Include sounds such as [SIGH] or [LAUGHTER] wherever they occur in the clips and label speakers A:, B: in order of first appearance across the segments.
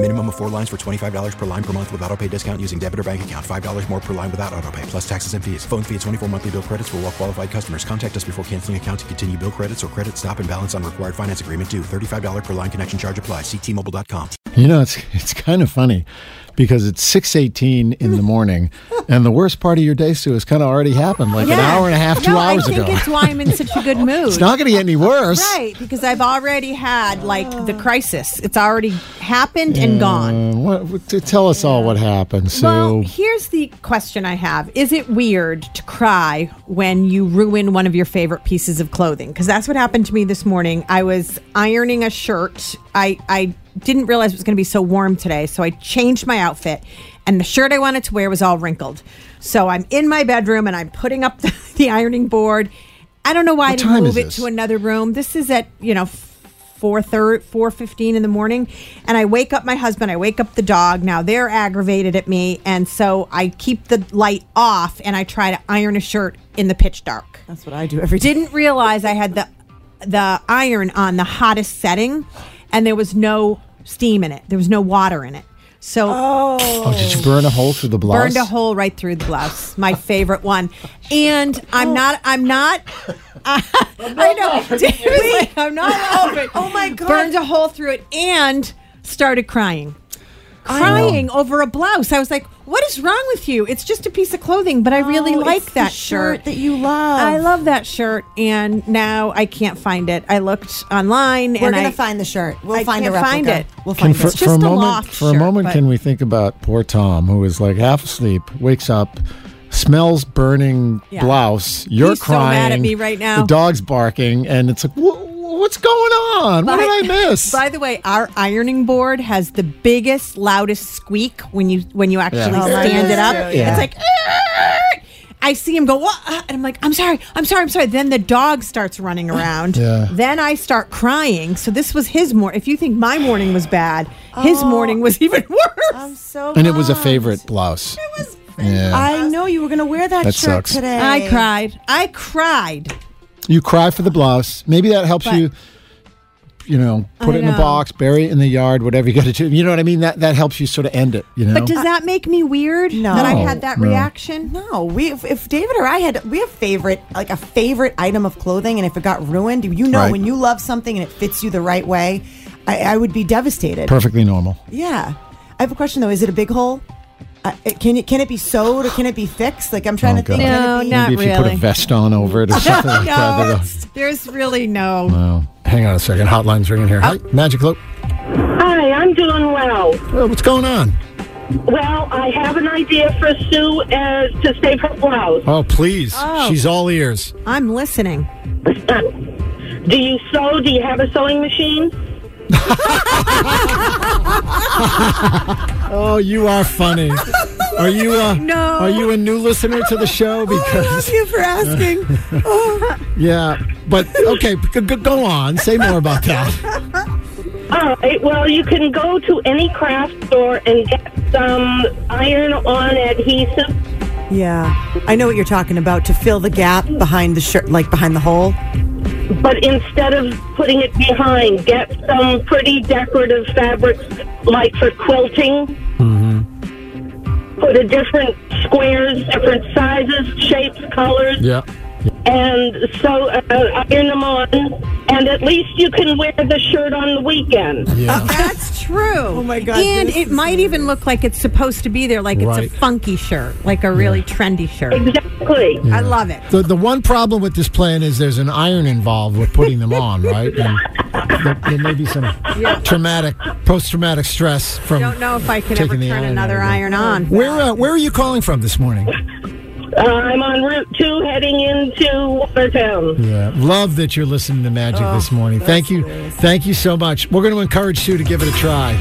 A: Minimum of four lines for $25 per line per month with auto pay discount using debit or bank account. $5 more per line without auto pay, plus taxes and fees. Phone fee at 24 monthly bill credits for all well qualified customers. Contact us before canceling account to continue bill credits or credit stop and balance on required finance agreement due. $35 per line connection charge applies. Ctmobile.com.
B: You know, it's it's kind of funny because it's six eighteen in the morning, and the worst part of your day, Sue, has kind of already happened, like an
C: Yeah.
B: hour and a half, two
C: No,
B: hours
C: I think
B: ago.
C: it's why I'm in such
B: [LAUGHS]
C: a good mood.
B: It's not going to get any worse.
C: right because I've already had like the crisis. It's already happened and gone.
B: Uh, what, what- to tell us all what happened, Sue.
C: Well, here's the question I have: Is it weird to cry when you ruin one of your favorite pieces of clothing? Because that's what happened to me this morning. I was ironing a shirt. I I didn't realize it was going to be so warm today, so I changed my outfit, and the shirt I wanted to wear was all wrinkled. So I'm in my bedroom and I'm putting up [LAUGHS] the, the ironing board. I don't know why I didn't
B: time is
C: move it
B: this?
C: to another room. This is at you know four thirty, four fifteen in the morning, and I wake up my husband. I wake up the dog. Now they're aggravated at me, and so I keep the light off and I try to iron a shirt in the pitch dark.
D: That's what I do every day.
C: Didn't realize I had the the iron on the hottest setting, and there was no steam in it. There was no water in it. So
B: oh, did you burn a hole through the blouse?
C: burned a hole right through the blouse. My favorite one. And I'm not. I'm not. [LAUGHS] uh, I know. Dave was like, I'm [LAUGHS] not over it. Oh my god! Burned a hole through it and started crying, crying over a blouse. I was like, "What is wrong with you? It's just a piece of clothing." But I really
D: Oh,
C: like
D: it's the
C: that
D: shirt that you love.
C: I love that shirt, and now I can't find it. I looked online,
D: We're
C: and
D: gonna
C: I,
D: find the shirt. We'll
C: I
D: find
C: can't
D: a replica.
C: find it.
D: We'll
B: Can
D: find
B: for,
D: it.
C: It's just
B: for a,
C: a
B: moment,
C: loft
B: for a
C: shirt,
B: moment,
C: but-
B: can we think about poor Tom, who is like half asleep, wakes up, smells burning
C: Yeah.
B: blouse. You're
C: He's so
B: crying.
C: mad at me right now.
B: The dog's barking, and it's like, "Wha- what's going on? what did I miss?
C: By the way, our ironing board has the biggest, loudest squeak when you when you actually
B: Yeah.
D: Oh, mine
C: stand
D: does
C: it up.
D: too, yeah.
C: It's like. "Arr!" I see him go, "What?" and I'm like, "I'm sorry, I'm sorry, I'm sorry." Then the dog starts running around.
B: Yeah.
C: Then I start crying. So this was his morning. If you think my morning was bad, his
D: Oh.
C: morning was even [LAUGHS] worse.
D: I'm so.
B: and it was a
D: bummed.
C: Oh,
B: favorite blouse. It was. Yeah.
D: I know you were gonna wear that,
B: That
D: shirt
B: sucks.
D: today.
C: I cried. I cried.
B: you cry for the blouse. Maybe that helps
C: But-
B: you. You know, put it
C: I
B: in a
C: know.
B: box, bury it in the yard, whatever you got to do. You know what I mean? That that helps you sort of end it. You know.
C: But does that make me weird
D: No.
C: that I had that
B: Uh, No.
C: reaction?
D: No, we if, if David or I had we have favorite like a favorite item of clothing, and if it got ruined, you know
B: Right.
D: when you love something and it fits you the right way, I, I would be devastated.
B: Perfectly normal.
D: Yeah, I have a question though. Is it a big hole? Uh, it, can it can it be sewed or can it be fixed? Like I'm trying
B: Oh,
D: to think.
B: God.
D: can it
C: No,
D: be-
C: not
B: Maybe if you put
C: really.
B: a vest on over it
C: [LAUGHS]
B: or something like that.
C: no,
B: that'll-
C: there's really no.
B: Wow. Hang on a second. Hotline's ringing here. Hi,
C: Oh.
B: Magic Loop.
E: Hi, I'm doing well.
B: Oh, what's going on?
E: Well, I have an idea for Sue uh, to save her blouse. [LAUGHS]
B: Oh, please. She's all ears.
C: I'm
B: [LAUGHS]
C: listening.
E: Do you sew? Do you have a sewing machine?
B: Oh, you are
C: [LAUGHS]
B: funny. Are you a
C: No. Oh,
B: Are you a new listener to the show? Because
C: you
B: [LAUGHS]
C: for asking.
B: yeah, but okay, [LAUGHS] g- g- go on. Say more about that.
E: All right. Well, you can go to any craft store and get some iron-on adhesive.
D: Yeah, I know what you're talking about. To fill the gap behind the shirt, like behind the hole.
E: But instead of putting it behind, get some pretty decorative fabrics, like for quilting. Put a different squares, different sizes, shapes,
B: [LAUGHS]
E: colors.
B: Yeah.
F: And so uh, iron them on, and at least you can wear the shirt on the weekend.
C: [LAUGHS] That's true. Oh
G: my God,
C: And
G: this
C: it
G: is-
C: might even look like it's supposed to be there, like
B: Right.
C: it's a funky shirt, like a really trendy shirt.
F: Exactly.
C: I love it.
B: The, the one problem with this plan is there's an iron involved with putting them on, right? And there, there may be some traumatic, post traumatic stress from.
C: Don't know if I can
B: taking
C: ever
B: the
C: turn
B: iron
C: another
B: out of it.
C: iron on.
B: Where uh, Where are you calling from this morning?
F: Uh, I'm on Route 2 heading into Watertown.
B: Yeah, love that you're listening to Magic
C: Oh,
B: this morning. Thank you, thank you so much. We're going to encourage Sue to give it a try.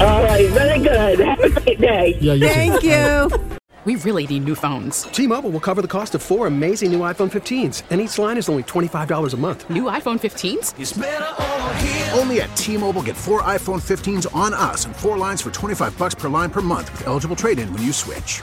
F: All right, very good. Have a great day.
B: Yeah, you too.
C: Thank you.
H: We really need new phones.
I: T-Mobile will cover the cost of four amazing new iPhone 15s, and each line is only $25 a month.
H: New iPhone 15s?
J: Only at T-Mobile, get four iPhone 15s on us and four lines for 25 bucks per line per month with eligible trade-in when you switch.